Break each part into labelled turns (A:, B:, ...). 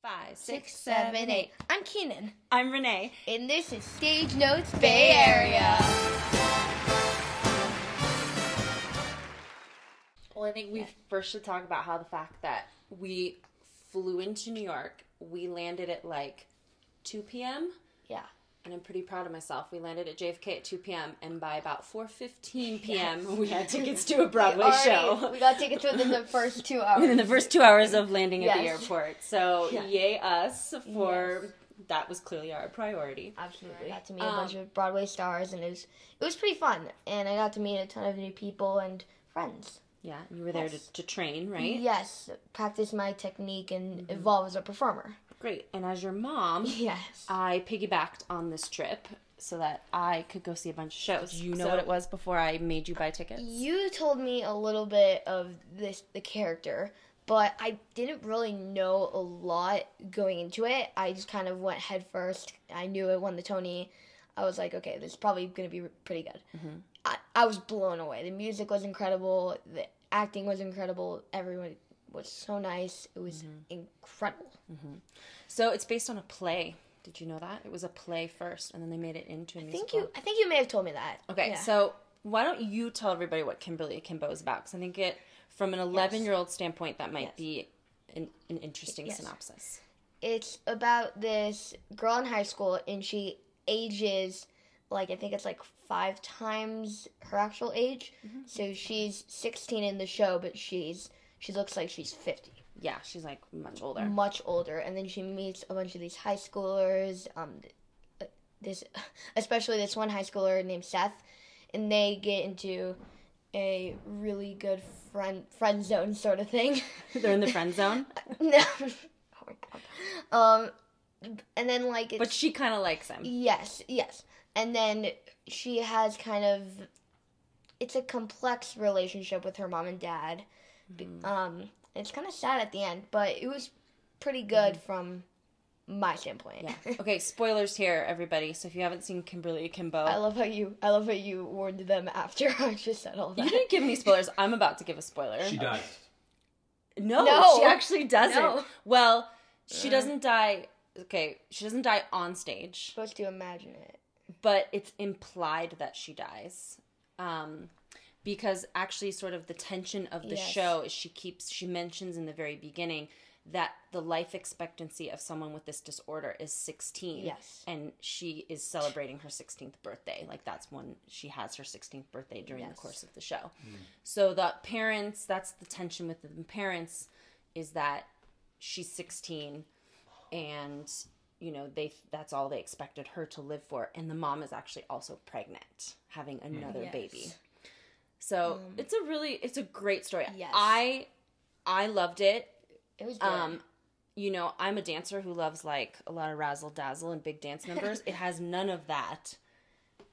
A: Five,
B: six, seven, eight. I'm Keenan,
A: I'm Renee.
B: and this is Stage Notes Bay Area.
A: Well, I think we first should talk about how the fact that we flew into New York, we landed at like 2 p.m.
B: Yeah.
A: And I'm pretty proud of myself. We landed at JFK at 2 p.m. and by about 4:15 p.m. we had tickets to a Broadway
B: Already,
A: show
B: We got tickets within the first two
A: within
B: hours.
A: the first two hours of landing at the
B: Yes.
A: airport. So
B: Yeah.
A: yay us for that was clearly our priority.
B: Absolutely. I got to meet a bunch of Broadway stars, and it was it was pretty fun. And I got to meet a ton of new people and friends.
A: Yeah, and you were there
B: Yes.
A: to, to train, right?
B: Yes, practice my technique and evolve as a performer.
A: Great. And as your mom,
B: Yes.
A: I piggybacked on this trip so that I could go see a bunch of shows. You know
B: So-
A: what it was before I made you buy tickets?
B: You told me a little bit of this the character, but I didn't really know a lot going into it. I just kind of went head first. I knew it won the Tony. I was like, okay, this is probably going to be pretty good.
A: Mm-hmm.
B: I, I was blown away. The music was incredible. The acting was incredible. Everyone was so nice. It was
A: Mm-hmm.
B: incredible.
A: So it's based on a play. Did you know that? It was a play first and then they made it into a
B: I
A: musical.
B: think you. I think you may have told me that.
A: Okay,
B: Yeah.
A: so why don't you tell everybody what Kimberly Akimbo is about? Because I think it, from an 11 year old standpoint, that might
B: Yes.
A: be an, an interesting
B: Yes.
A: synopsis.
B: it's about this girl in high school and she ages like I think it's like five times her actual age. So she's 16 in the show, but she's she looks like she's 50,
A: Yeah, she's like much older.
B: much older. And then she meets a bunch of these high schoolers. Um, th- this especially this one high schooler named Seth, and they get into a really good friend friend zone sort of thing.
A: They're in the friend zone,
B: no. Oh my god. Um, and then like it's,
A: but she kind of likes him.
B: yes, yes, and then she has kind of it's a complex relationship with her mom and dad. Be-
A: Mm-hmm.
B: Um, it's kind of sad at the end, but it was pretty good from my standpoint.
A: Mm-hmm. Yeah. Okay, spoilers here, everybody. So if you haven't seen Kimberly Akimbo,
B: I love how you I love how you warned them after I just said all
A: You
B: that.
A: didn't give me spoilers. I'm about to give a spoiler.
C: She dies.
A: no,
B: No.
A: she actually doesn't.
B: No.
A: Well, she doesn't die. Okay, she doesn't die on stage,
B: supposed to imagine it.
A: but it's implied that she dies. Um, because actually, sort of the tension of the
B: Yes.
A: show is she keeps, she mentions in the very beginning that the life expectancy of someone with this disorder is 16.
B: Yes.
A: And she is celebrating her 16th birthday. Like, that's when she has her 16th birthday during the
B: Yes.
A: course of the show. So the parents, that's the tension with the parents, is that she's 16 and you know they that's all they expected her to live for and the mom is actually also pregnant having another
B: Yes.
A: baby so it's a really it's a great story
B: Um, Yes.
A: i i loved it
B: It was good.
A: um you know i'm a dancer who loves like a lot of razzle dazzle and big dance numbers it has none of that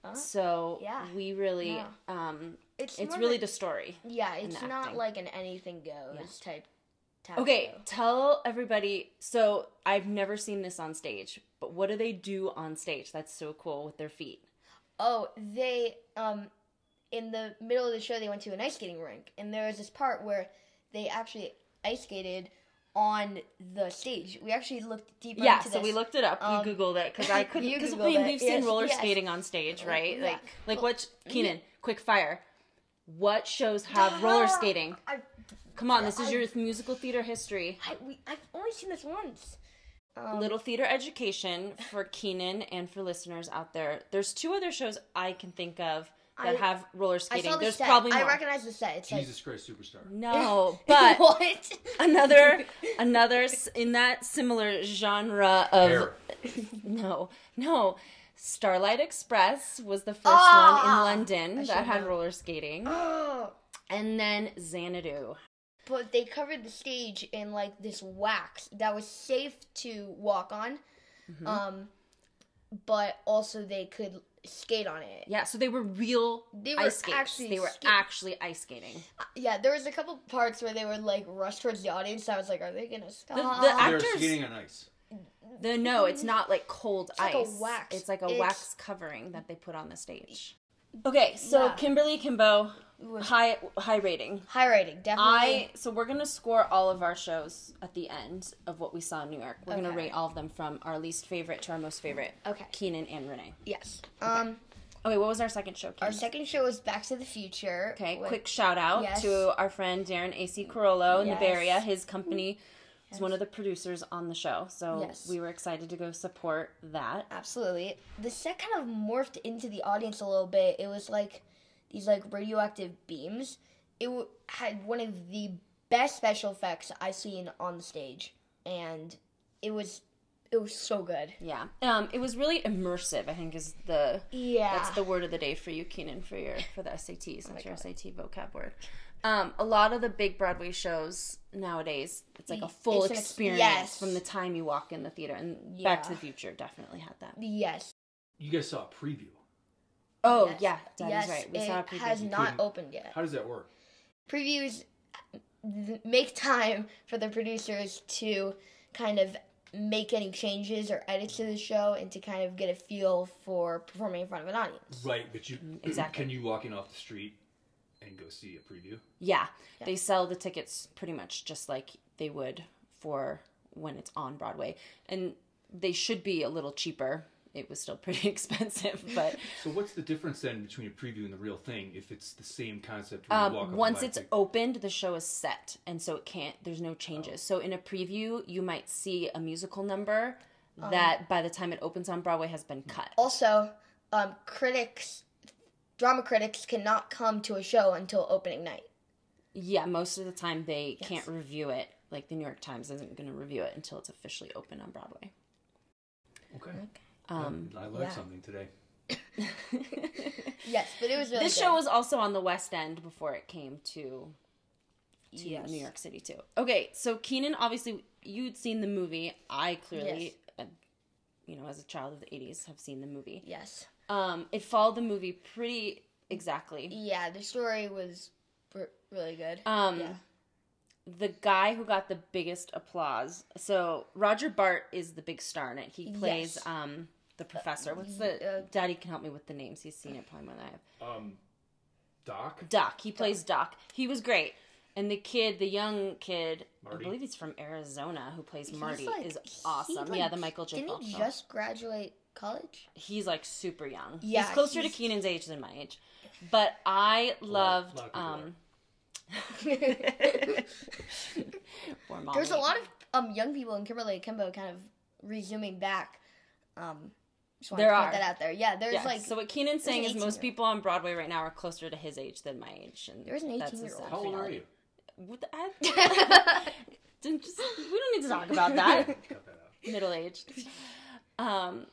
B: Huh?
A: so
B: Yeah.
A: we really
B: No.
A: um it's
B: more
A: really
B: like-
A: the story
B: yeah, it's
A: the
B: not
A: acting.
B: like an anything goes type type.
A: Okay,
B: show.
A: tell everybody. So I've never seen this on stage, but what do they do on stage? That's so cool with their feet.
B: Oh, they um in the middle of the show they went to an ice skating rink and there was this part where they actually ice skated on the stage. We actually looked deeper
A: yeah,
B: into
A: so we
B: this.
A: looked it up.
B: Um,
A: we googled it because I couldn't.
B: you
A: Because
B: Googled it,
A: we've seen
B: yes,
A: roller
B: yes.
A: skating on stage, right?
B: yeah.
A: Like, like what? Keenan, quick fire. What shows have roller skating?
B: I,
A: Come on, this
B: I-
A: is your musical theater history.
B: I we, I've only seen this once. Um,
A: Little theater education for Keenan and for listeners out there. There's two other shows I can think of that
B: I-
A: have roller
B: I
A: skating.
B: saw the
A: There's
B: set.
A: probably more.
B: I recognize the set. It's
C: Jesus Christ Superstar.
B: like
A: no, but
B: what?
A: another another s- in that similar genre of
C: Hair.
A: no no starlight express was the first
B: Ah!
A: one in london that
B: should
A: had
B: know.
A: roller skating
B: Oh.
A: and then xanadu
B: But they covered the stage in like this wax that was safe to walk on,
A: Mm-hmm.
B: um, but also they could skate on it.
A: yeah so they were real
B: They were
A: ice skates
B: actually
A: they were
B: ski-
A: actually ice skating
B: Yeah, there was a couple parts where they would like rush towards the audience. I was like, are they gonna stop?
A: act-
C: They're
A: Actors-
C: skating on ice.
A: the no it's not like cold
B: like a
A: ice
B: wax.
A: it's like a
B: It's-
A: wax covering that they put on the stage Okay, so
B: Yeah.
A: Kimberly Kimbo,
B: Was-
A: high high rating.
B: High rating,
A: I
B: definitely.
A: so we're gonna score all of our shows at the end of what we saw in New York. We're gonna
B: Okay.
A: rate all of them from our least favorite to our most favorite.
B: Okay.
A: Keenan and Renee.
B: yes. Um,
A: Okay, what was our second show?
B: our
A: Keenan?
B: second show was Back to the Future.
A: Okay,
B: with-
A: quick shout out
B: Yes.
A: to our friend Darren AC Carollo in the Bay
B: Yes.
A: Area. His company is one of the producers on the show, so
B: Yes.
A: we were excited to go support that.
B: Absolutely. The set kind of morphed into the audience a little bit. It was like these like radioactive beams. It w- had one of the best special effects I've seen on the stage, and it was it was so good.
A: Yeah, um, it was really immersive. I think is the
B: Yeah,
A: that's the word of the day for you, Keenan, for your for the SAT
B: Oh
A: since your SAT vocab word. Um, a lot of the big Broadway shows nowadays, it's like a full
B: It's an ex-
A: experience
B: yes.
A: from the time you walk in the theater. And Back to the Future definitely had that.
B: yes,
C: You guys saw a preview.
A: Oh
B: Yes.
A: yeah, that is
B: yes.
A: right. We
B: it
A: saw a preview.
B: has not
C: Couldn't-
B: opened yet.
C: How does that work?
B: previews th- make time for the producers to kind of make any changes or edits to the show and to kind of get a feel for performing in front of an audience.
C: Right, but you
A: Mm, exactly.
C: can you walk in off the street and go see a preview?
A: Yeah, they sell the tickets pretty much just like they would for when it's on Broadway, and they should be a little cheaper. It was still pretty expensive, but
C: So what's the difference then between a preview and the real thing if it's the same concept? Where you walk up
A: um,
C: and
A: once
C: buy a
A: it's
C: ticket?
A: opened, the show is set, and so it can't. There's no changes. So in a preview, you might see a musical number
B: Oh.
A: that by the time it opens on Broadway has been cut.
B: Also, um, critics, drama critics cannot come to a show until opening night.
A: Yeah, most of the time they can't review it. Like the New York Times isn't going to review it until it's officially open on Broadway.
C: okay,
A: Um,
C: I learned
B: yeah.
C: something today.
B: Yes, but it was really
A: this
B: good.
A: show was also on the West End before it came to, to
B: Yes.
A: New York City too. Okay, so Keenan, obviously you'd seen the movie. I
B: Yes.
A: clearly, uh, you know, as a child of the '80s, have seen the movie.
B: yes,
A: Um, it followed the movie pretty exactly.
B: yeah, the story was r- really good.
A: Um,
B: yeah.
A: The guy who got the biggest applause. So Roger Bart is the big star in it. He plays
B: Yes.
A: um, the professor. What's the?
B: uh,
A: Daddy can help me with the names. He's seen it probably more than I have.
C: Um, Doc,
A: Doc. He plays Doc. He was great. And the kid, the young kid, I
C: Marty.
A: believe he's from Arizona, who plays
B: He's
A: Marty,
B: like-
A: is
B: he,
A: awesome. yeah,
B: like,
A: the Michael J.
B: Didn't
A: Fox
B: he
A: show.
B: just graduate college?
A: He's like super young.
B: Yeah,
A: he's closer
B: he's-
A: to Keenan's age than my age. But I
C: lot-
A: loved
C: lot of people
A: um, poor mommy.
B: There's a lot of um, young people in Kimberly Kimbo kind of resuming back. Um, just wanted
A: There
B: to point
A: are.
B: that out there. Yeah, there's
A: yeah.
B: like
A: so what Keenan's
B: an
A: saying is
B: 18-year-old.
A: most people on Broadway right now are closer to his age than my age. And
B: There's an
A: that's a
B: 18-year-old.
A: sad
C: how old are
A: reality.
C: you?
A: What the- I- didn't just- we don't need to talk about that.
C: Cut that out.
A: middle aged. Um,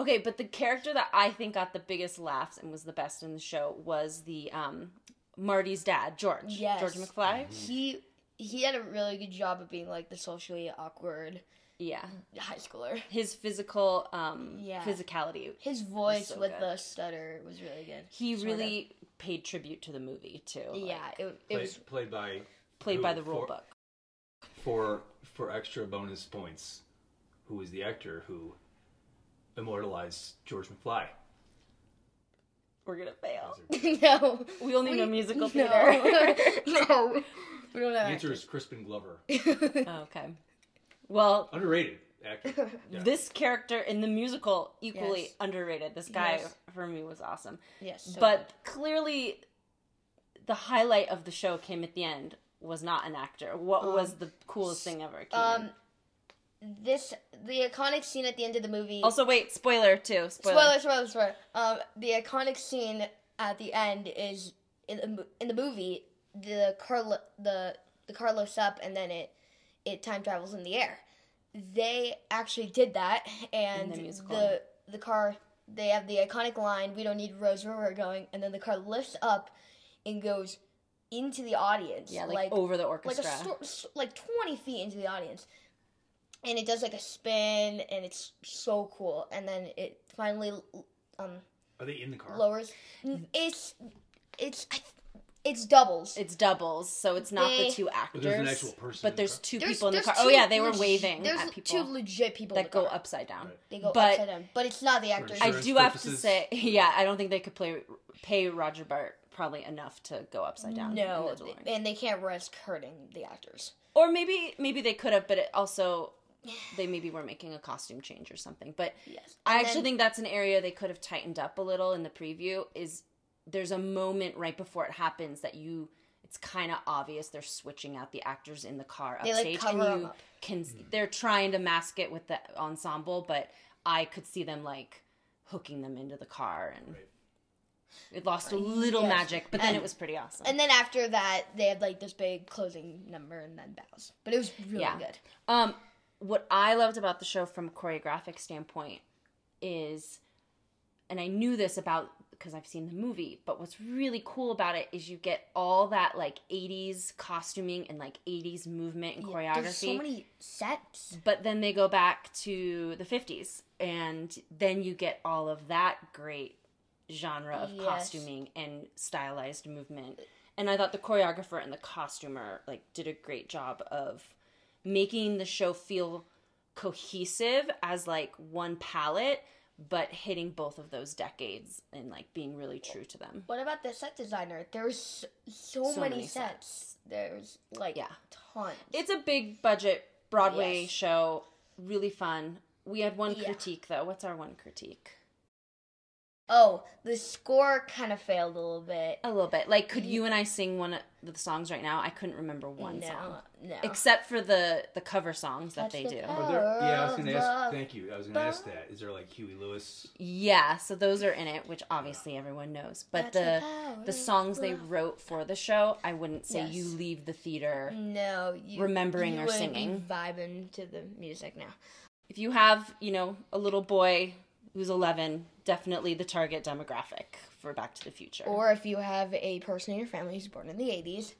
A: okay, but the character that I think got the biggest laughs and was the best in the show was the um, Marty's dad, George.
B: Yes. Mm-hmm.
A: George McFly.
B: he he had a really good job of being like the socially awkward
A: Yeah,
B: high schooler.
A: his physical um,
B: Yeah.
A: physicality.
B: His voice
A: so
B: with
A: good.
B: the stutter was really good.
A: He
B: Sort of.
A: really paid tribute to the movie too. like,
B: yeah, it, it
C: Play-
B: was
C: played by
A: played
C: who?
A: by the rule
C: For-
A: book.
C: for for extra bonus points. Who is the actor who immortalized George McFly?
A: We're gonna fail.
B: no.
A: We only know musical theater.
B: No, no, we don't
C: The
B: know.
C: answer is Crispin Glover,
A: okay. Well,
C: underrated actor. Yeah.
A: this character in the musical equally
B: Yes.
A: underrated. This guy
B: Yes.
A: for me was awesome.
B: Yes, so
A: but clearly the highlight of the show came at the end was not an actor what was the coolest thing ever Keenan?
B: Um, this the iconic scene at the end of the movie.
A: also wait spoiler too spoiler,
B: spoiler, spoiler, spoiler. Um, the iconic scene at the end is in the, mo- in the movie the Carlo the the car lifts up and then it it time travels in the air. They actually did that, and
A: the musical.
B: the the car they have the iconic line "We don't need roads where we're going," and then the car lifts up and goes into the audience.
A: yeah like, over the
B: like a
A: orchestra
B: stor- s- like 20 feet into the audience and it does like a spin and it's so cool and then it finally um
C: Are they in the car?
B: lowers it's it's I, th- it's doubles.
A: Mm. It's doubles, so it's not
B: They-
A: the two actors.
C: But there's an actual person in
A: But
C: the
A: there's
C: car.
A: two
B: There's-
A: people in the
B: there's
A: car.
B: two
A: oh yeah, they were
B: leg-
A: waving
B: There's
A: at
B: two
A: people
B: legit people in
A: that
B: the
A: go
B: car.
A: upside down.
C: Right.
B: They go
A: but-
B: upside down, but it's not the actors.
A: I
C: insurance
A: do have to
C: purposes.
A: say, yeah, I don't think they could play pay Roger Bart probably enough to go upside down. in
B: no,
A: the DeLorean.
B: and they can't risk hurting the actors.
A: or maybe maybe they could have, but it also they maybe were making a costume change or something. But
B: Yes,
A: I
B: And
A: actually
B: then-
A: think that's an area they could have tightened up a little in the preview. Is there's a moment right before it happens that you it's kind of obvious they're switching out the actors in the car
B: They, like,
A: upstage,
B: cover 'em
A: and you
B: up.
A: can they're trying to mask it with the ensemble, but I could see them like hooking them into the car and.
C: Right.
A: It lost a little
B: Yes.
A: magic, but then
B: And-
A: it was pretty awesome.
B: And then after that, they had like this big closing number and then bows. But it was really
A: Yeah.
B: good.
A: Um, what I loved about the show from a choreographic standpoint is, and I knew this about because I've seen the movie, but what's really cool about it is you get all that like 80s costuming and like 80s movement and choreography.
B: There's so many sets.
A: But then they go back to the 50s, and then you get all of that great genre of
B: Yes.
A: costuming and stylized movement. And I thought the choreographer and the costumer like did a great job of making the show feel cohesive as like one palette, but hitting both of those decades and like being really true to them.
B: What about the set designer? There's so, so
A: So
B: many,
A: many
B: sets. There's like
A: Yeah.
B: tons.
A: It's a big budget Broadway
B: Yes.
A: show, really fun. We had one
B: Yeah.
A: critique though. What's our one critique?
B: oh, the score kind of failed a little bit.
A: A little bit. Like, could you and I sing one of the songs right now? I couldn't remember one
B: Mm-hmm. no,
A: song,
B: no.
A: except for the the cover songs that
B: Touch
A: they
B: the
A: do.
B: power.
C: Are there, yeah, I was gonna
B: Love.
C: ask. Thank you. I was gonna ask that. Is there like Huey Lewis?
A: Yeah, so those are in it, which obviously everyone knows. But
B: Touch the
A: the
B: power
A: the songs they
B: of love.
A: wrote for the show, I wouldn't say you
B: Yes. Mm.
A: leave the theater.
B: no, you,
A: remembering
B: you
A: or
B: wouldn't be
A: singing.
B: vibing to the music now.
A: If you have, you know, a little boy who's 11, definitely the target demographic for Back to the Future.
B: Or if you have a person in your family who's born in the 80s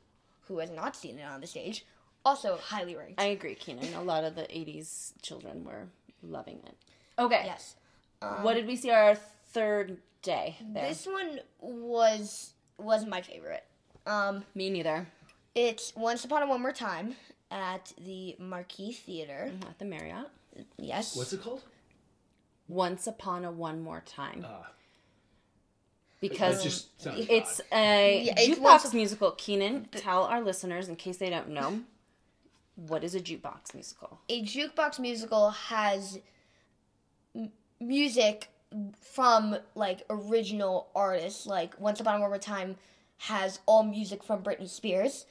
B: who has not seen it on the stage, also highly ranked.
A: I agree, Keenan. A lot of the 80s children were loving it. Okay.
B: yes.
A: What did we see our third day there?
B: This one was was my favorite. Um,
A: Me neither.
B: it's Once Upon a One More Time at the Marquee Theater.
A: Not Uh-huh, the Marriott.
B: Yes.
C: What's it called?
A: Once Upon a One More Time.
C: Ah,
A: Because
C: that just sounds
A: it's
C: odd.
A: a
B: Yeah, it's
A: jukebox
B: once-
A: musical. Keenan, tell our listeners, in case they don't know, what is a jukebox musical?
B: a jukebox musical has m- music from like original artists like once upon a One more time has all music from britney spears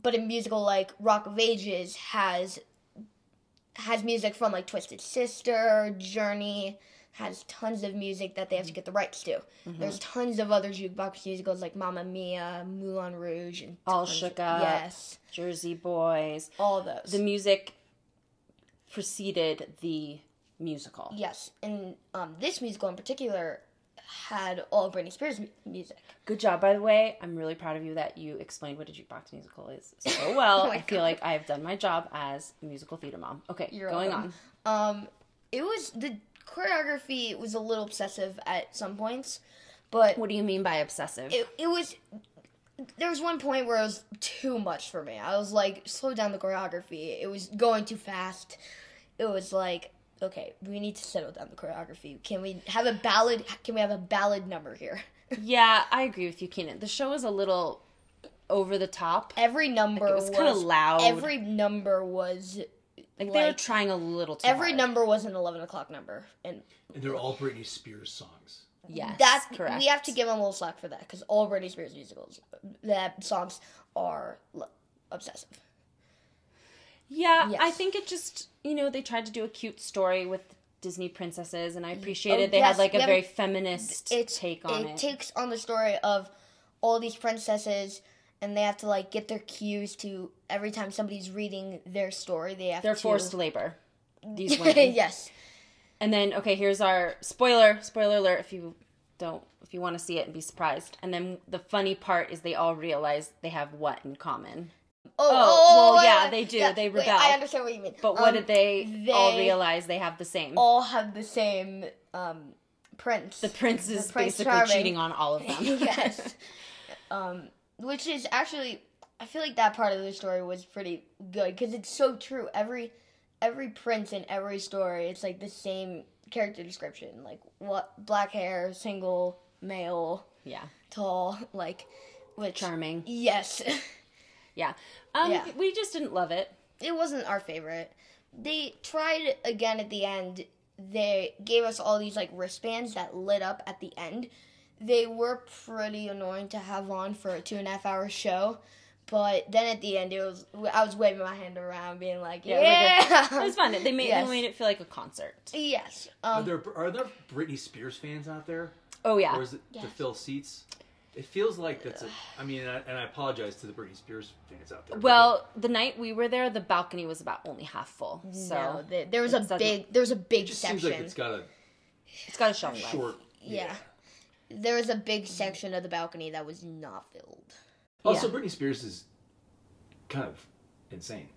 B: but a musical like rock of ages has has music from like twisted sister journey has tons of music that they have to get the rights to
A: Mm-hmm.
B: there's tons of other jukebox musicals like mamma mia moulin rouge and
A: All
B: tons-
A: Shook Up.
B: yes
A: Jersey Boys.
B: all those
A: The music preceded the musical.
B: Yes, and um, this musical in particular had all Britney Spears mu- music.
A: Good job, by the way. I'm really proud of you that you explained what a jukebox musical is so well.
B: Oh my
A: I feel
B: God.
A: like I have done my job as a musical theater mom. Okay,
B: You're
A: going
B: welcome.
A: on.
B: Um, it was the choreography was a little obsessive at some points, but
A: What do you mean by obsessive?
B: it it was. There was one point where it was too much for me. I was like, slow down the choreography. It was going too fast. It was like, okay, we need to settle down the choreography. Can we have a ballad? Can we have a ballad number here?
A: Yeah, I agree with you, Keenan. The show was a little over the top.
B: Every number
A: it was kinda loud.
B: Every number was
A: Like, they were trying a little too
B: Every
A: hard.
B: number was an eleven o'clock number, and
C: And they're all Britney Spears songs.
A: Yes,
B: that's
A: correct.
B: We have to give them a little slack for that because all Britney Spears musicals, that songs are l- obsessive.
A: Yeah,
B: Yes.
A: I think it just you know they tried to do a cute story with Disney princesses, and I appreciate
B: Oh,
A: it. They
B: yes,
A: had like a
B: yeah,
A: very feminist
B: It's
A: take on it.
B: takes on the story of all these princesses, and they have to like get their cues to every time somebody's reading their story. They have
A: They're
B: to
A: forced labor. These women.
B: yes,
A: And then okay, here's our spoiler. Spoiler alert! If you don't, if you want to see it and be surprised. And then the funny part is they all realize they have what in common.
B: Oh,
A: well,
B: wait,
A: yeah,
B: wait,
A: they do. They
B: wait,
A: rebel.
B: I understand what you mean.
A: But what
B: Um,
A: did they, all
B: they
A: realize? They have the same.
B: all have the same um, prince.
A: the prince is
B: Prince
A: basically
B: Charming.
A: cheating on all of them.
B: yes. Um, which is actually I feel like that part of the story was pretty good because it's so true. Every every prince in every story, it's like the same character description, like what black hair, single, male,
A: Yeah.
B: tall, like which
A: Charming.
B: Yes,
A: Yeah. Um,
B: Yeah.
A: We just didn't love it.
B: it wasn't our favorite. They tried again at the end. They gave us all these like wristbands that lit up at the end. They were pretty annoying to have on for a two and a half hour show. But then at the end, it was I was waving my hand around, being like,
A: Yeah,
B: "Yeah,
A: it was It was fun. They made,
B: Yes.
A: they made it feel like a concert.
B: yes."
C: Are
B: Um,
C: there are there Britney Spears fans out there,
A: Oh, yeah.
C: or is it to
B: Yes.
C: fill seats? It feels like that's a. I mean, and I, and I apologize to the Britney Spears fans out there.
A: Well, the night we were there, the balcony was about only half full. So
B: no, the, there was a
A: it doesn't-
B: big there was a big
C: it just
B: section.
C: seems like it's got a
A: it's got a shelf life.
C: short.
B: yeah. there was a big section of the balcony that was not filled.
C: Also, Britney Spears is kind of insane.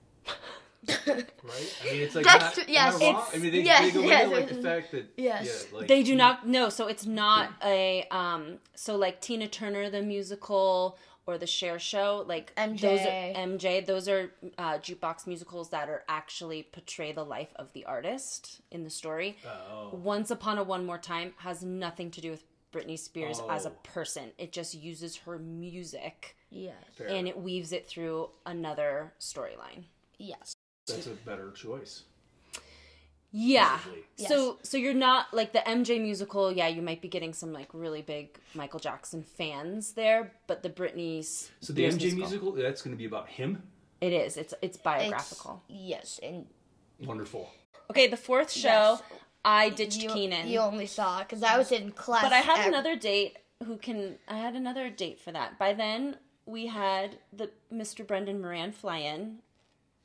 C: Right? I mean, it's like
B: That's
C: not,
B: true, yes.
C: am I wrong?
A: It's-
C: I mean, they,
B: yes,
C: they go
B: yes.
C: into like the fact that
B: Yes.
C: yeah, like,
A: They do not no, so it's not a um so like Tina Turner the musical or the Cher show like those
B: MJ.
A: are MJ those are uh, jukebox musicals that are actually portray the life of the artist in the story.
C: Oh,
A: Once upon a one more time has nothing to do with Britney Spears as a
C: Oh.
A: person. It just uses her music
B: Yes,
C: fair.
A: and it weaves it through another storyline.
B: yes.
C: That's a better choice.
A: Yeah.
C: Probably.
A: So so you're not like the MJ musical, yeah, you might be getting some like really big Michael Jackson fans there, but the Britney's
C: So the MJ musical, that's going to be about him.
A: It is. It's it's
B: It's-
A: biographical.
B: yes, and
C: Wonderful.
A: Okay, the fourth show
B: Yes.
A: I ditched
B: you,
A: Keenan.
B: you only saw because I was in class.
A: but I had
B: at-
A: another date who can I had another date for that. By then we had the Mr. Brendan Moran fly in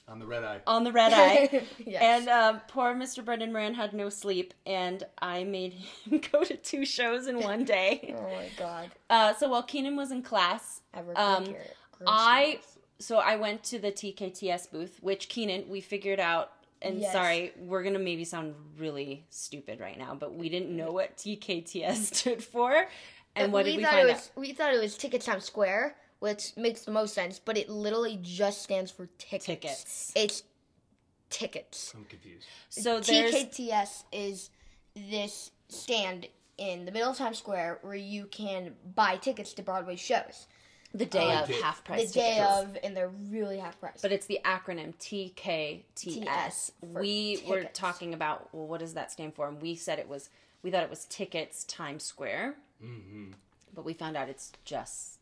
C: On the red eye.
A: on the red eye.
B: yes.
A: And um, poor Mr. Brendan Moran had no sleep, and I made him go to two shows in one day.
B: oh my god,
A: Uh, so while Keenan was in class,
B: I regret
A: Um,
B: your groceries.
A: I so I went to the TKTS booth, which Keenan we figured out. And
B: Yes.
A: sorry, we're gonna maybe sound really stupid right now, but we didn't know what TKTS stood for. And what did we
B: thought
A: find
B: it was, We thought it was Ticket Town Square, which makes the most sense. But it literally just stands for tickets.
A: Tickets.
B: It's tickets.
C: I'm confused.
A: out? So there's
B: TKTS is this stand in the middle of Times Square where you can buy tickets to Broadway shows.
A: the day
C: I
A: of
C: did.
A: half
B: The
A: price.
B: day
A: tickets.
B: of, and they're really half price.
A: but it's the acronym TKTS.
B: TS for
A: We were
B: tickets.
A: talking about well, what does that stand for? And we said it was we thought it was tickets Times Square,
C: hmm
A: but we found out it's just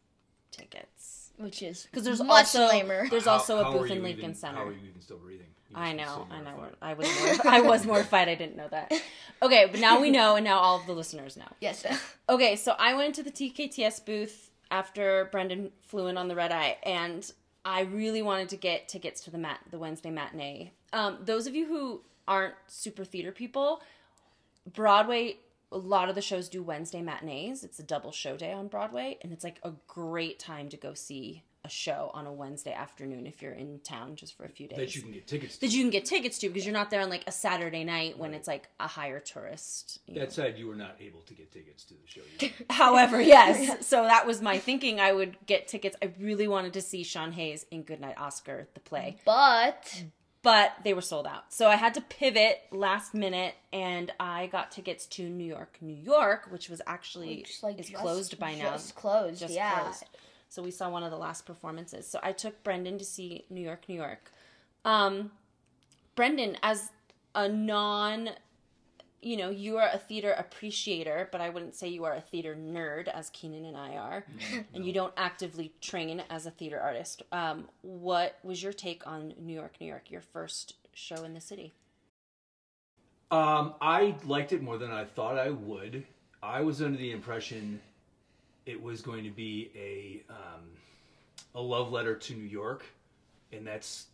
A: tickets.
B: which is
A: Because there's
B: much
A: also
B: lamer.
A: there's
C: How-
A: also
C: how
A: a
C: are
A: booth
C: you
A: in Lincoln
C: even-
A: Center.
C: How are you even still breathing? You
A: I
C: must be
A: know,
C: so
A: I know.
C: mortified.
A: I was mortified. I was mortified. I didn't know that. Okay, but now we know, and now all of the listeners know.
B: Yes.
A: Okay, so I went to the TKTS booth after Brendan flew in on the red eye, and I really wanted to get tickets to the mat the Wednesday matinee. Um, those of you who aren't super theater people, Broadway. A lot of the shows do Wednesday matinees. It's a double show day on Broadway, and it's like a great time to go see a show on a Wednesday afternoon if you're in town just for a few days
C: That you can get tickets to.
A: that you can get tickets to because you're not there on like a Saturday night when it's like a higher tourist. you know.
C: That said, you were not able to get tickets to the show. You
A: However, yes. So that was my thinking. I would get tickets. I really wanted to see Sean Hayes in Goodnight Oscar, the play,
B: but
A: but they were sold out. So I had to pivot last minute and I got tickets to New York, New York, which was actually
B: just like
A: is
B: just-
A: closed by now.
B: Just closed.
A: Just
B: yeah.
A: closed. So we saw one of the last performances. So I took Brendan to see New York, New York. Um, Brendan, as a non, you know, you are a theater appreciator, but I wouldn't say you are a theater nerd, as Keenan and I are, and you don't actively train as a theater artist. Um, what was your take on New York, New York, your first show in the city?
C: Um, I liked it more than I thought I would. I was under the impression it was going to be a um, a love letter to New York, and that's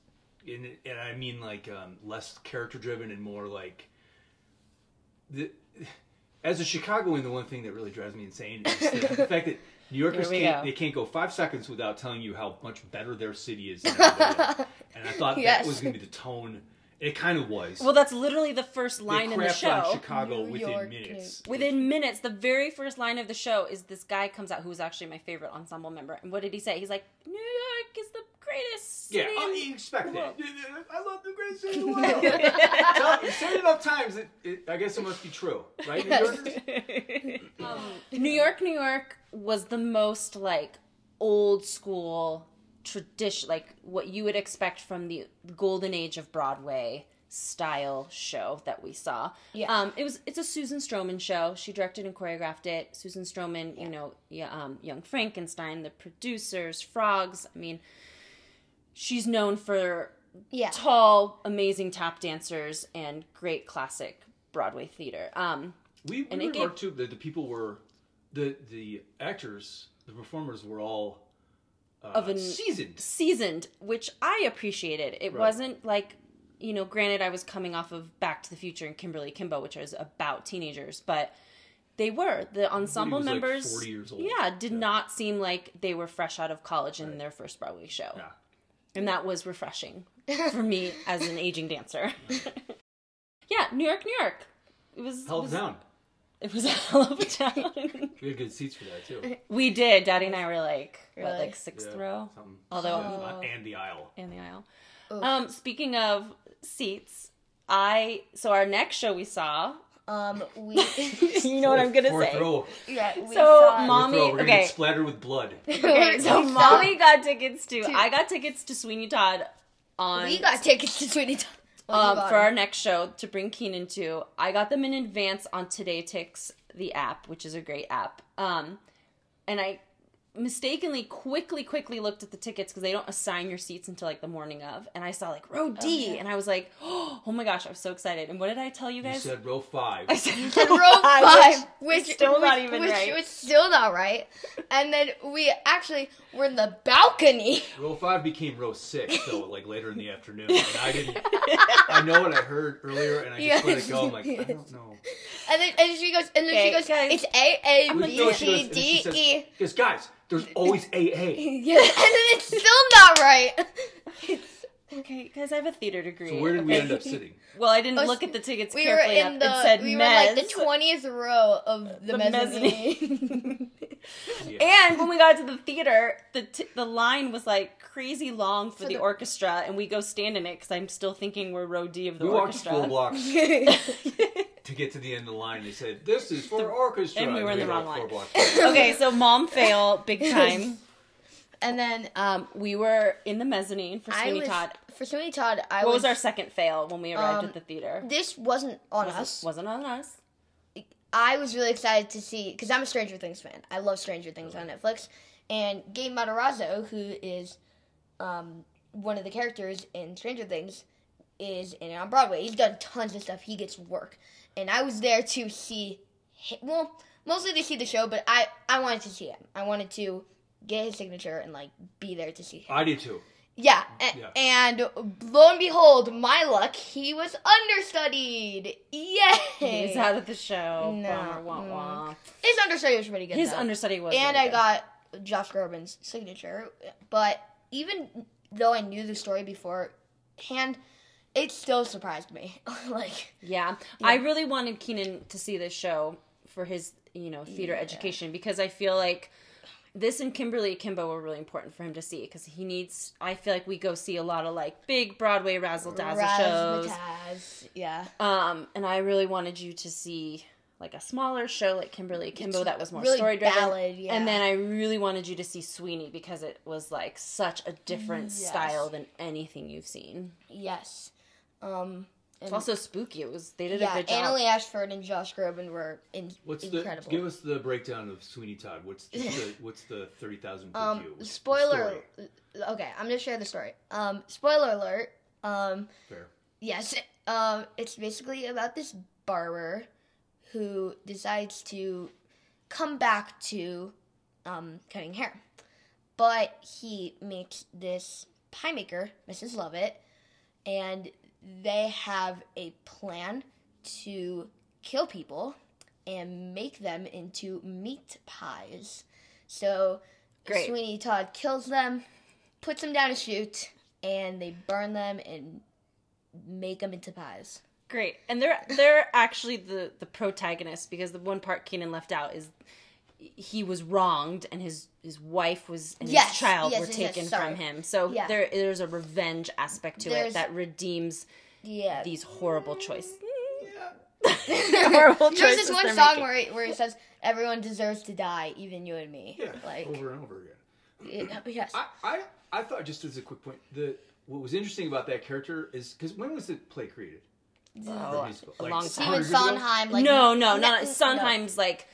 C: and, and I mean like um, less character driven and more like the. As a Chicagoan, the one thing that really drives me insane is the, the fact that New Yorkers
A: Here we
C: can't
A: go.
C: they can't go five seconds without telling you how much better their city is. Than everybody else. and I thought
B: Yes.
C: that was going to be the tone It kind of was.
A: Well, that's literally the first line
C: they
A: in the
C: crapped
A: show.
C: on Chicago
B: New
C: within
B: York,
C: minutes.
A: Within minutes, the very first line of the show is this guy comes out who was actually my favorite ensemble member. And what did he say? He's like, New York is the greatest
C: Yeah, oh,
A: city.
C: I
A: in-"
C: you expect
A: Well-
C: that. I love the greatest city in the world. Tell- you Say it enough times, it, it, I guess it must be true, right?
B: Yes.
C: You're-
A: Um, New York, New York was the most like old school tradition, like what you would expect from the golden age of Broadway style show that we saw.
B: Yeah.
A: Um, it was it's a Susan Stroman show. She directed and choreographed it. Susan Stroman, you know, yeah, um, Young Frankenstein, the producers, Frogs. I mean, she's known for
B: Yeah.
A: tall, amazing tap dancers and great classic Broadway theater. Um,
C: We,
A: And
C: we
A: it
C: remarked too that the people were, the the actors, the performers were all uh,
A: Of an-
C: seasoned.
A: seasoned, which I appreciated. It
C: Right.
A: wasn't like, you know, granted I was coming off of Back to the Future and Kimberly Kimbo, which is about teenagers, but they were the ensemble
C: was, like,
A: members.
C: 40 years old.
A: Yeah, did
C: Yeah.
A: not seem like they were fresh out of college in
C: Right.
A: their first Broadway show,
C: Yeah.
A: and that was refreshing for me as an aging dancer. yeah, New York, New York. It was
C: Held
A: it was,
C: down.
A: It was a hell of a town.
C: We had good seats for that too.
A: we did. Daddy and I were like, what,
B: Really?
A: like sixth
C: Yeah,
A: row
C: something-
A: Although- uh,
C: yeah, and the aisle.
A: in the aisle.
B: Oof.
A: Um, speaking of seats, I so our next show we saw.
B: Um, we
A: you know what I'm gonna
C: Fourth
A: say.
C: row. Fourth
B: yeah we
A: So, mom-
B: saw
A: Mommy-
C: row. We're gonna
A: okay.
C: get splattered with blood.
A: Okay, so
B: We saw-
A: mommy got tickets to.
B: Two.
A: I got tickets to Sweeney Todd on
B: we got tickets to Sweeney Todd. Well, you
A: um,
B: got
A: for our
B: them.
A: next show to bring Keenan to. I got them in advance on Today Ticks, the app, which is a great app. Um, and I mistakenly quickly quickly looked at the tickets because they don't assign your seats until like the morning of and i saw like row d
B: yeah.
A: and i was like oh my gosh i was so excited and what did i tell you
C: You
A: guys
C: said row five.
A: I said
B: row five, which,
A: still not
B: which-
A: even
B: which
A: right.
B: was still not right. And then we actually were in the balcony.
C: Row five became row six, though, like later in the afternoon. And I didn't. I know what I heard earlier, and I just let it go. I'm like, I don't know.
B: And then and she goes, and then
A: Okay,
B: she goes,
A: guys.
B: it's A A
C: We
B: B
C: know she goes-
B: C
C: and then she
B: D
C: says-
B: E.
C: Because guys, there's always AA.
B: Yeah, and then it's still not right.
A: okay guys i have a theater degree
C: So where did we
A: okay?
C: end up sitting?
A: well i didn't
B: Oh,
A: look at the tickets
B: We were
A: carefully enough
B: in
A: it
B: the
A: said
B: we were
A: mez,
B: like the twentieth row of the,
A: the
B: mezzanine.
A: mezzanine.
C: Yeah.
A: and when we got to the theater the t- the line was like crazy long for,
B: For
A: the,
B: the-
A: orchestra and we go stand in it because i'm still thinking we're row d of the
C: we walked
A: orchestra
C: four blocks
A: okay,
C: to get to the end of the line. They said, "This is for orchestra,"
A: and we were in the
C: walked
A: wrong
C: four
A: line.
C: blocks.
A: so mom fail big time.
B: And then uh,
A: Um, we were in the mezzanine for
B: I
A: Sweeney
B: was
A: Todd.
B: for Sweeney Todd. I
A: What was, our second fail when we arrived
B: Um,
A: at the theater?
B: This wasn't on us.
A: Wasn't, wasn't on us.
B: I was really excited to see because I'm a Stranger Things fan. I love Stranger Things on Netflix, and Gabe Matarazzo, who is um, one of the characters in Stranger Things, is in it on Broadway. He's done tons of stuff. He gets work, and I was there to see. Him, well, mostly to see the show, but I I wanted to see him. I wanted to get his signature and like be there to see him.
C: I did too.
B: Yeah, and,
C: Mm, Yeah.
B: and lo and behold, my luck, he was understudied. Yay!
A: He was out of the show.
B: No.
A: Bummer, wah, wah.
B: His understudy was pretty good.
A: Mm. His
B: though.
A: understudy was.
B: and
A: really
B: I got Josh Groban's signature. But even though I knew the story beforehand, it still surprised me. like,
A: good. Yeah. I really wanted Keenan to see this show for his, you know, theater
B: Yeah.
A: education because I feel like this and Kimberly Kimbo were really important for him to see because he needs. I feel like we go see a lot of like big Broadway razzle dazzle shows.
B: razzmatazz. Yeah,
A: Um, and I really wanted you to see like a smaller show like Kimberly Kimbo that was more
B: really
A: story driven.
B: ballad, yeah.
A: And then I really wanted you to see Sweeney because it was like such a different
B: Yes.
A: style than anything you've seen.
B: yes. Um,
A: It's
B: and,
A: also spooky. It was they did a
B: yeah,
A: good job.
B: Annalee Ashford and Josh Groban were in-
C: What's
B: incredible.
C: the? Give us the breakdown of Sweeney Todd. What's the? the what's the thirty thousand
B: Um,
C: view? What's the
B: spoiler.
C: story?
B: Okay, I'm gonna share the story. Um, spoiler alert. Um,
C: Fair.
B: yes. Um, it's basically about this barber who decides to come back to um cutting hair, but he meets this pie maker, Mrs. Lovett, and they have a plan to kill people and make them into meat pies. So
A: Great.
B: Sweeney Todd kills them, puts them down a chute, and they burn them and make them into pies.
A: Great. And they're they're actually the the protagonists because the one part Keenan left out is he was wronged and his his wife was and
B: Yes,
A: his child
B: yes,
A: were
B: yes, yes,
A: taken
B: sorry.
A: from him. So
B: Yeah.
A: there there's a revenge aspect to
B: There's-
A: it that redeems
B: Yeah.
A: these horrible choices.
B: horrible There's
A: choices
B: this one
A: they're
B: song
A: making.
B: where it, where it says, "Everyone deserves to die, even you and me."
C: Yeah,
B: Like,
C: over and over again.
B: it, oh, yes.
C: I, I I thought just as a quick point, the what was interesting about that character is because when was the play created? The
A: Oh,
C: musical,
A: a
C: like
A: long
B: Steven
C: 600 years ago?
B: Sondheim, like
A: no, no, not
B: no.
A: Sondheim's like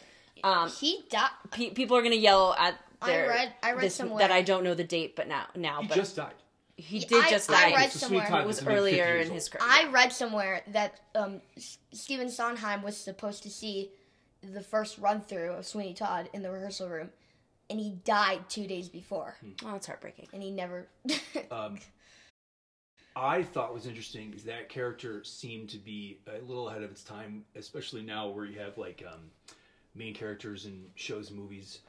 A: um
B: He died.
A: pe- people are gonna yell at
B: I
A: their
B: read- I read
A: this-
B: somewhere-
A: that I don't know the date, but now now
C: He
A: but
C: just died.
A: he
B: Yeah,
A: did
B: I-
A: just
B: I
A: die.
B: read
C: It's a sweet
B: somewhere-
C: time
A: it was
C: to be 50
A: earlier
C: years
A: in
C: old.
A: his career.
B: I read somewhere that um, S- Stephen Sondheim was supposed to see the first run through of Sweeney Todd in the rehearsal room, and he died two days before,
A: Oh, it's heartbreaking.
B: and he never.
C: Hmm. Um, I thought was interesting is that character seemed to be a little ahead of its time, especially now where you have like um, main characters in shows and movies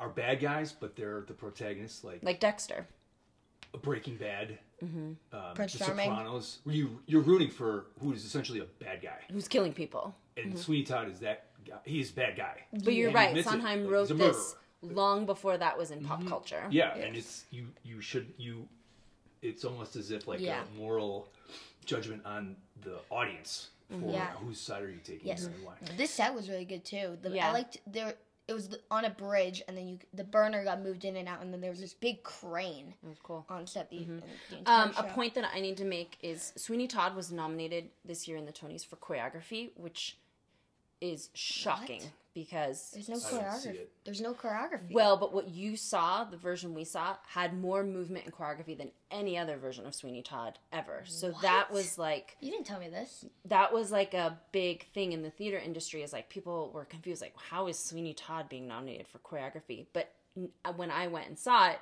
C: are bad guys, but they're the protagonists, like,
A: Like Dexter.
C: Breaking Bad,
A: Mm-hmm.
C: um,
B: Prince
C: The
B: Charming.
C: Sopranos. Where you you're rooting for who is essentially a bad guy,
A: Who's killing people.
C: and
B: Mm-hmm.
C: Sweeney Todd is that guy. He's a bad guy.
A: But you're
C: And he
A: right.
C: admits it,
A: Sondheim
C: like,
A: wrote
C: he's a
A: this
C: murderer. Mm-hmm.
A: long before that was in pop culture.
C: Yeah, and it's you. You should you. It's almost as if like
B: Yeah.
C: a moral judgment on the audience for
B: Yeah.
C: whose side are you taking
B: Yes.
C: and why.
B: this set was really good too. The, I
A: Yeah.
B: liked there. It was on a bridge, and then you the burner got moved in and out, and then there was this big crane
A: It was cool.
B: on set. The, the entire
A: Um, a
B: show.
A: point that I need to make is Sweeney Todd was nominated this year in the Tonys for choreography, which is shocking because
B: There's no
C: didn't see
B: choreography.
C: it.
B: There's no choreography.
A: well, but what you saw, the version we saw, had more movement and choreography than any other version of Sweeney Todd ever. So that was like
B: you didn't tell me this.
A: that was like a big thing in the theater industry is like people were confused like how is sweeney todd being nominated for choreography but n- uh, when i went and saw it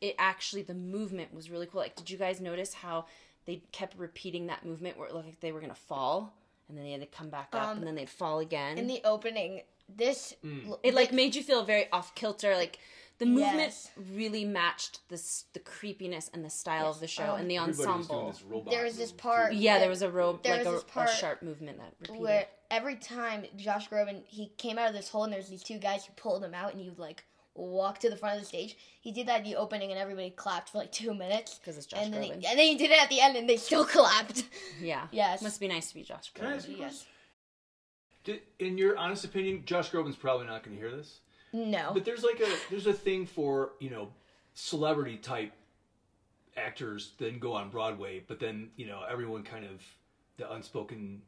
A: it actually the movement was really cool like did you guys notice how they kept repeating that movement where it looked like they were going to fall and then they had to come back up and then they'd fall again
B: Um, In the opening, this
C: Mm.
B: l-
A: Hmm? it like made you feel very off kilter like the movement
B: Yes.
A: really matched this the creepiness and the style of the show
B: um,
A: and the
C: Everybody was doing
A: ensemble
C: this robot.
B: there was this
C: move, too.
B: part.
A: yeah there was a robe
B: There
A: like
B: was
A: a,
B: this part
A: a sharp movement that repeated
B: where every time Josh Groban he came out of this hole and there's these two guys who pulled him out and you like walk to the front of the stage. He did that in the opening and everybody clapped for like two minutes.
A: 'Cause it's Josh
B: and then he-
A: Groban.
B: and then he did it at the end and they still clapped.
A: Yeah.
B: Yes.
A: Must be nice to be Josh
C: Can I
A: Groban.
C: ask you a
B: Yes.
C: question? Did, in your honest opinion, Josh Groban's probably not going to hear this,
B: No.
C: but there's like a there's a thing for you know celebrity type actors then go on Broadway, but then you know everyone kind of the unspoken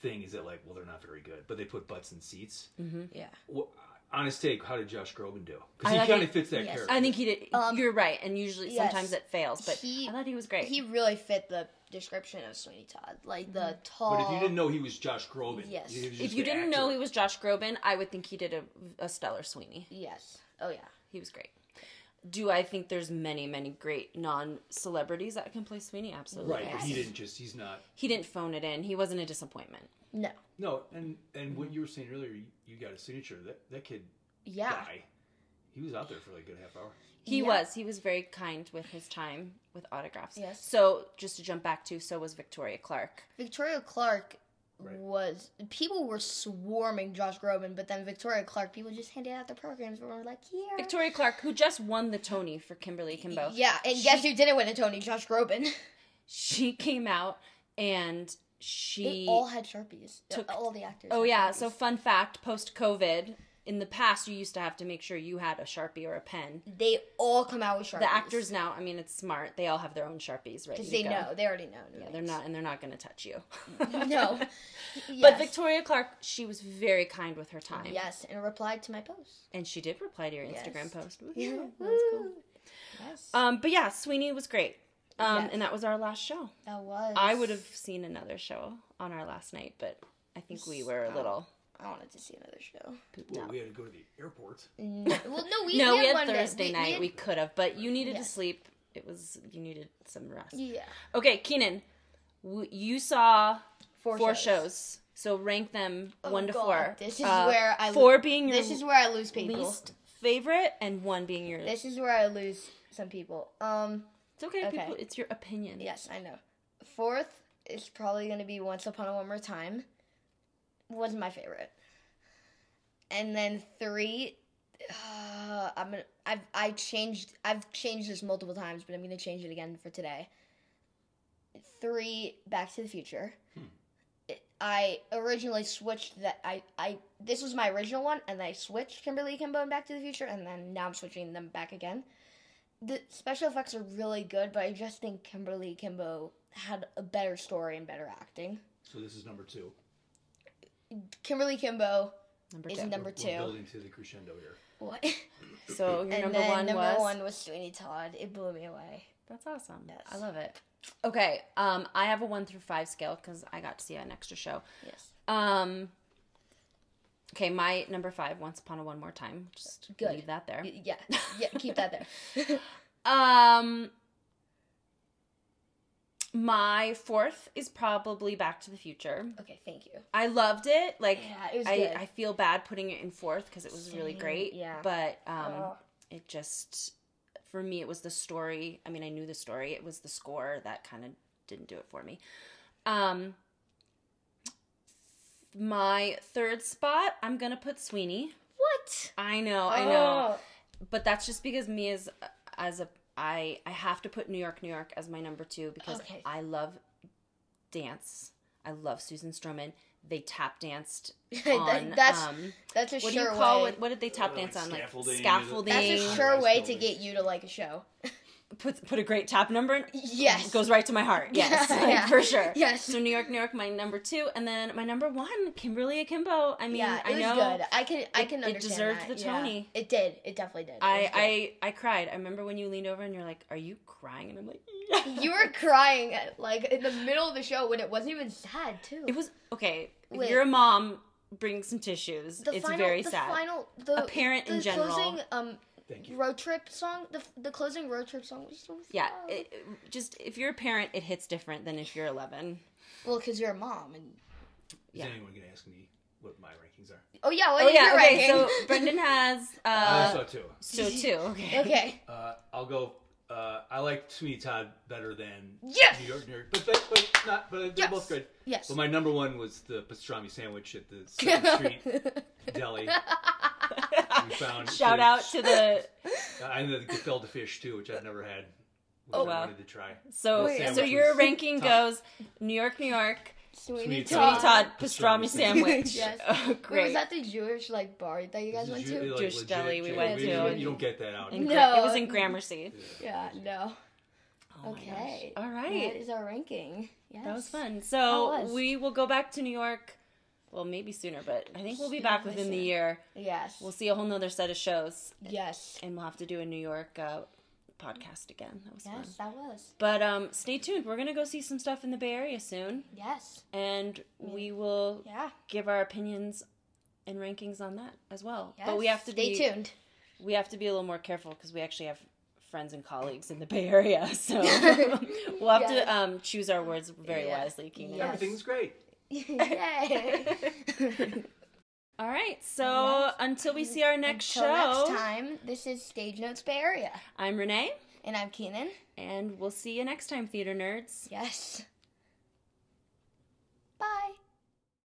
C: thing is that like well they're not very good, but they put butts in seats.
A: Mm-hmm.
B: Yeah.
C: Wha- honest take, how did Josh Groban do?
A: I
C: Because he
A: like
C: kind
A: it-
C: of fits that
B: yes.
C: character.
A: I think he did.
B: Um,
A: you're right, and usually
B: yes.
A: sometimes it fails, but
B: He-
A: I thought he was great.
B: He really fit the description of Sweeney Todd. Like the
A: Mm-hmm.
B: tall
C: but if you didn't know he was Josh Groban,
B: Yes.
C: he was just
A: if you
C: the
A: didn't know
C: actor.
A: he was Josh Groban, I would think he did a, a stellar Sweeney.
B: Yes. Oh yeah.
A: He was great. Do I think there's many, many great non-celebrities that can play Sweeney? Absolutely.
C: right, but he
A: Yes.
C: didn't just he's not.
A: He didn't phone it in. He wasn't a disappointment.
B: No.
C: No, and and
A: Mm-hmm.
C: what you were saying earlier, you, you got a signature that that kid
B: Yeah.
C: guy, he was out there for like a good half hour.
A: He
B: Yeah.
A: was. He was very kind with his time with autographs.
B: Yes.
A: So just to jump back to, so was Victoria Clark.
B: Victoria Clark
C: Right.
B: was people were swarming Josh Groban, but then Victoria Clark, people just handed out their programs and were like, "Here."
A: Victoria Clark, who just won the Tony for Kimberly Kimbo.
B: Yeah, and guess who didn't win a Tony? Josh Groban.
A: she came out and
B: they
A: she
B: all had sharpies.
A: took-
B: all the actors.
A: oh
B: had
A: yeah
B: Sharpies.
A: so fun fact post covid in the past you used to have to make sure you had a sharpie or a pen
B: they all come out with sharpies.
A: the actors now i mean it's smart they all have their own sharpies right
B: because they know they already know.
A: yeah, they're not and they're not going to touch you
B: No,
A: but
B: Yes.
A: victoria clark she was very kind with her time
B: Yes, and replied to my post.
A: and she did reply to your instagram
B: Yes.
A: post Woohoo,
B: Yeah,
A: that was cool.
B: woo. Yes,
A: um but yeah sweeney was great um
B: Yes.
A: and that was our last show
B: that was.
A: i would have seen another show on our last night but i think we were a little
B: I wanted to see another show.
A: pooped
C: Well,
A: out
C: we had to go to the airport.
B: No, well, Mm. no, we
A: no, we had
B: one day-
A: Thursday
B: we-
A: night. We,
B: had-
A: could have, but you needed to
B: Yes.
A: sleep. It was you needed some rest.
B: yeah,
A: Okay, Keenan, w- you saw four, shows. so rank them one to
B: Oh, God,
A: four. Uh,
B: this is where I-
A: four being your
B: This is where I lose people.
A: least favorite and one being your.
B: This is where I lose some people. Um,
A: it's okay,
B: okay.
A: people. It's your opinion.
B: yes, I know. Fourth is probably going to be Once Upon a One More Time. Was my favorite. And then three, uh, I'm gonna, I've I changed I've changed this multiple times, but I'm gonna change it again for today. Three, Back to the Future. It- I originally switched that I I this was my original one, and I switched Kimberly Kimbo and Back to the Future, and then now I'm switching them back again the special effects are really good, but I just think Kimberly Kimbo had a better story and better acting.
C: So this is number two.
B: Kimberly Kimbo
A: Number
B: is
A: two.
B: number
C: We're
B: two.
C: building to the crescendo here.
B: What?
A: so your
B: and
A: number
B: then
A: one
B: number
A: was.
B: one was Sweeney Todd. It blew me away.
A: That's awesome.
B: Yes.
A: I love it. Okay. Um, I have a one through five scale because I got to see an extra show.
B: Yes.
A: Um. Okay, my number five. Once upon a one more time. Just
B: Good.
A: leave that there.
B: Y- Yeah. Yeah. Keep that there.
A: Um. My fourth is probably Back to the Future.
B: okay. Thank you.
A: I loved it. Like
B: Yeah, it was
A: I,
B: good.
A: I feel bad putting it in fourth because it was really
B: Same,
A: great.
B: yeah.
A: But um,
B: Oh.
A: it just for me it was the story. I mean, I knew the story. It was the score that kind of didn't do it for me. Um, my third spot, I'm gonna put Sweeney.
B: What?
A: I know, Oh, I
B: Oh.
A: know, but that's just because me as as a I I have to put New York, New York as my number two because
B: Okay.
A: I love dance. I love Susan Stroman. They tap danced
B: That-
A: on
B: that's
A: um,
B: that's a
A: what
B: sure
A: do you call
B: way.
A: it? What did they tap
C: Uh,
A: dance
C: like
A: on? Like
C: scaffolding,
A: scaffolding.
C: is it-
B: that's a
C: thing?
B: sure
C: High-rise
B: way to
C: buildings.
B: get you to like a show.
A: Put put a great tap number. In,
B: Yes.
A: goes right to my heart. Yes, like,
B: Yeah.
A: for sure.
B: Yes.
A: So New York, New York, my number two, and then my number one, Kimberly Akimbo. I mean,
B: yeah, it
A: I
B: was
A: know.
B: good. I can I
A: it-
B: can
A: it
B: understand
A: deserved
B: that.
A: the
B: yeah.
A: Tony.
B: It did. It definitely did. It was good.
A: I, I I cried. I remember when you leaned over and you're like, "Are you crying?" And I'm like, "Yeah."
B: You were crying like in the middle of the show when it wasn't even sad too.
A: It was okay. If
B: Wait.
A: you're a mom, bring some tissues. it's very
B: the
A: sad.
B: Final, the
A: A parent in
B: the
A: general.
B: Closing, um,
C: Thank you.
B: road trip song. The the closing road trip song was so
A: yeah,
B: sad.
A: it, it- just if you're a parent, it hits different than if you're 11.
B: well, because you're a mom and
A: Yeah.
C: Is anyone going to ask me what my rankings are?
B: oh yeah, well,
A: Oh yeah,
B: you're
A: okay.
B: ranking.
A: So Brendan has
C: I
A: uh,
C: saw two.
A: so two. Okay.
B: okay,
C: Uh, I'll go. Uh, I like Sweeney Todd better than
B: Yes!
C: New York, New York, but but, but not. But they're
B: Yes.
C: both good.
B: yes.
C: But my number one was the pastrami sandwich at the Second Street Deli. We found
A: Shout
C: to-
A: out to the
C: I know the gefilte fish too, which I've never had. Which
A: Oh,
C: I
A: wow.
C: wanted to try.
A: so
C: Wait.
A: so your ranking goes New York, New York,
B: Sweeney
A: Sweeney
C: Sweeney
B: Todd.
A: Todd
C: Pastrami
A: pastrami sandwich.
B: Yes.
A: Oh,
B: Wait, was
A: great.
B: that the Jewish like bar that you guys
C: This
B: went
C: is
B: to?
C: usually, like,
A: Jewish
C: legit
A: deli we
C: Jewish.
A: went
C: You
A: to,
C: don't-
A: and-
C: You don't get that out.
A: In
B: No.
A: Gra- it was in Gramercy.
B: yeah, no.
A: Oh my gosh.
B: Okay.
A: All
B: That
A: right.
B: is our ranking. Yes.
A: That was fun. So
B: was.
A: we will go back to New York. Well, maybe sooner, but I think we'll be
B: Sooner
A: back
B: than
A: within the
B: sooner.
A: year.
B: Yes.
A: We'll see a whole nother set of shows,
B: yes.
A: and we'll have to do a New York uh, podcast again. That was fun.
B: Yes, that was.
A: But um, stay tuned. We're gonna go see some stuff in the Bay Area soon,
B: Yes.
A: and we will
B: Yeah.
A: give our opinions and rankings on that as well.
B: Yes.
A: But we have to
B: stay
A: be,
B: tuned.
A: We have to be a little more careful because we actually have friends and colleagues in the Bay Area, so we'll have
B: Yes.
A: to um, choose our words very
B: Yeah.
A: wisely. Keenan.
B: Yes.
C: Everything's great.
B: Yay.
A: All right. So until we see our next
B: Till
A: show,
B: next time, this is Stage Notes Bay Area,
A: I'm Renee,
B: and I'm Keenan.
A: and we'll see you next time, theater nerds.
B: Yes.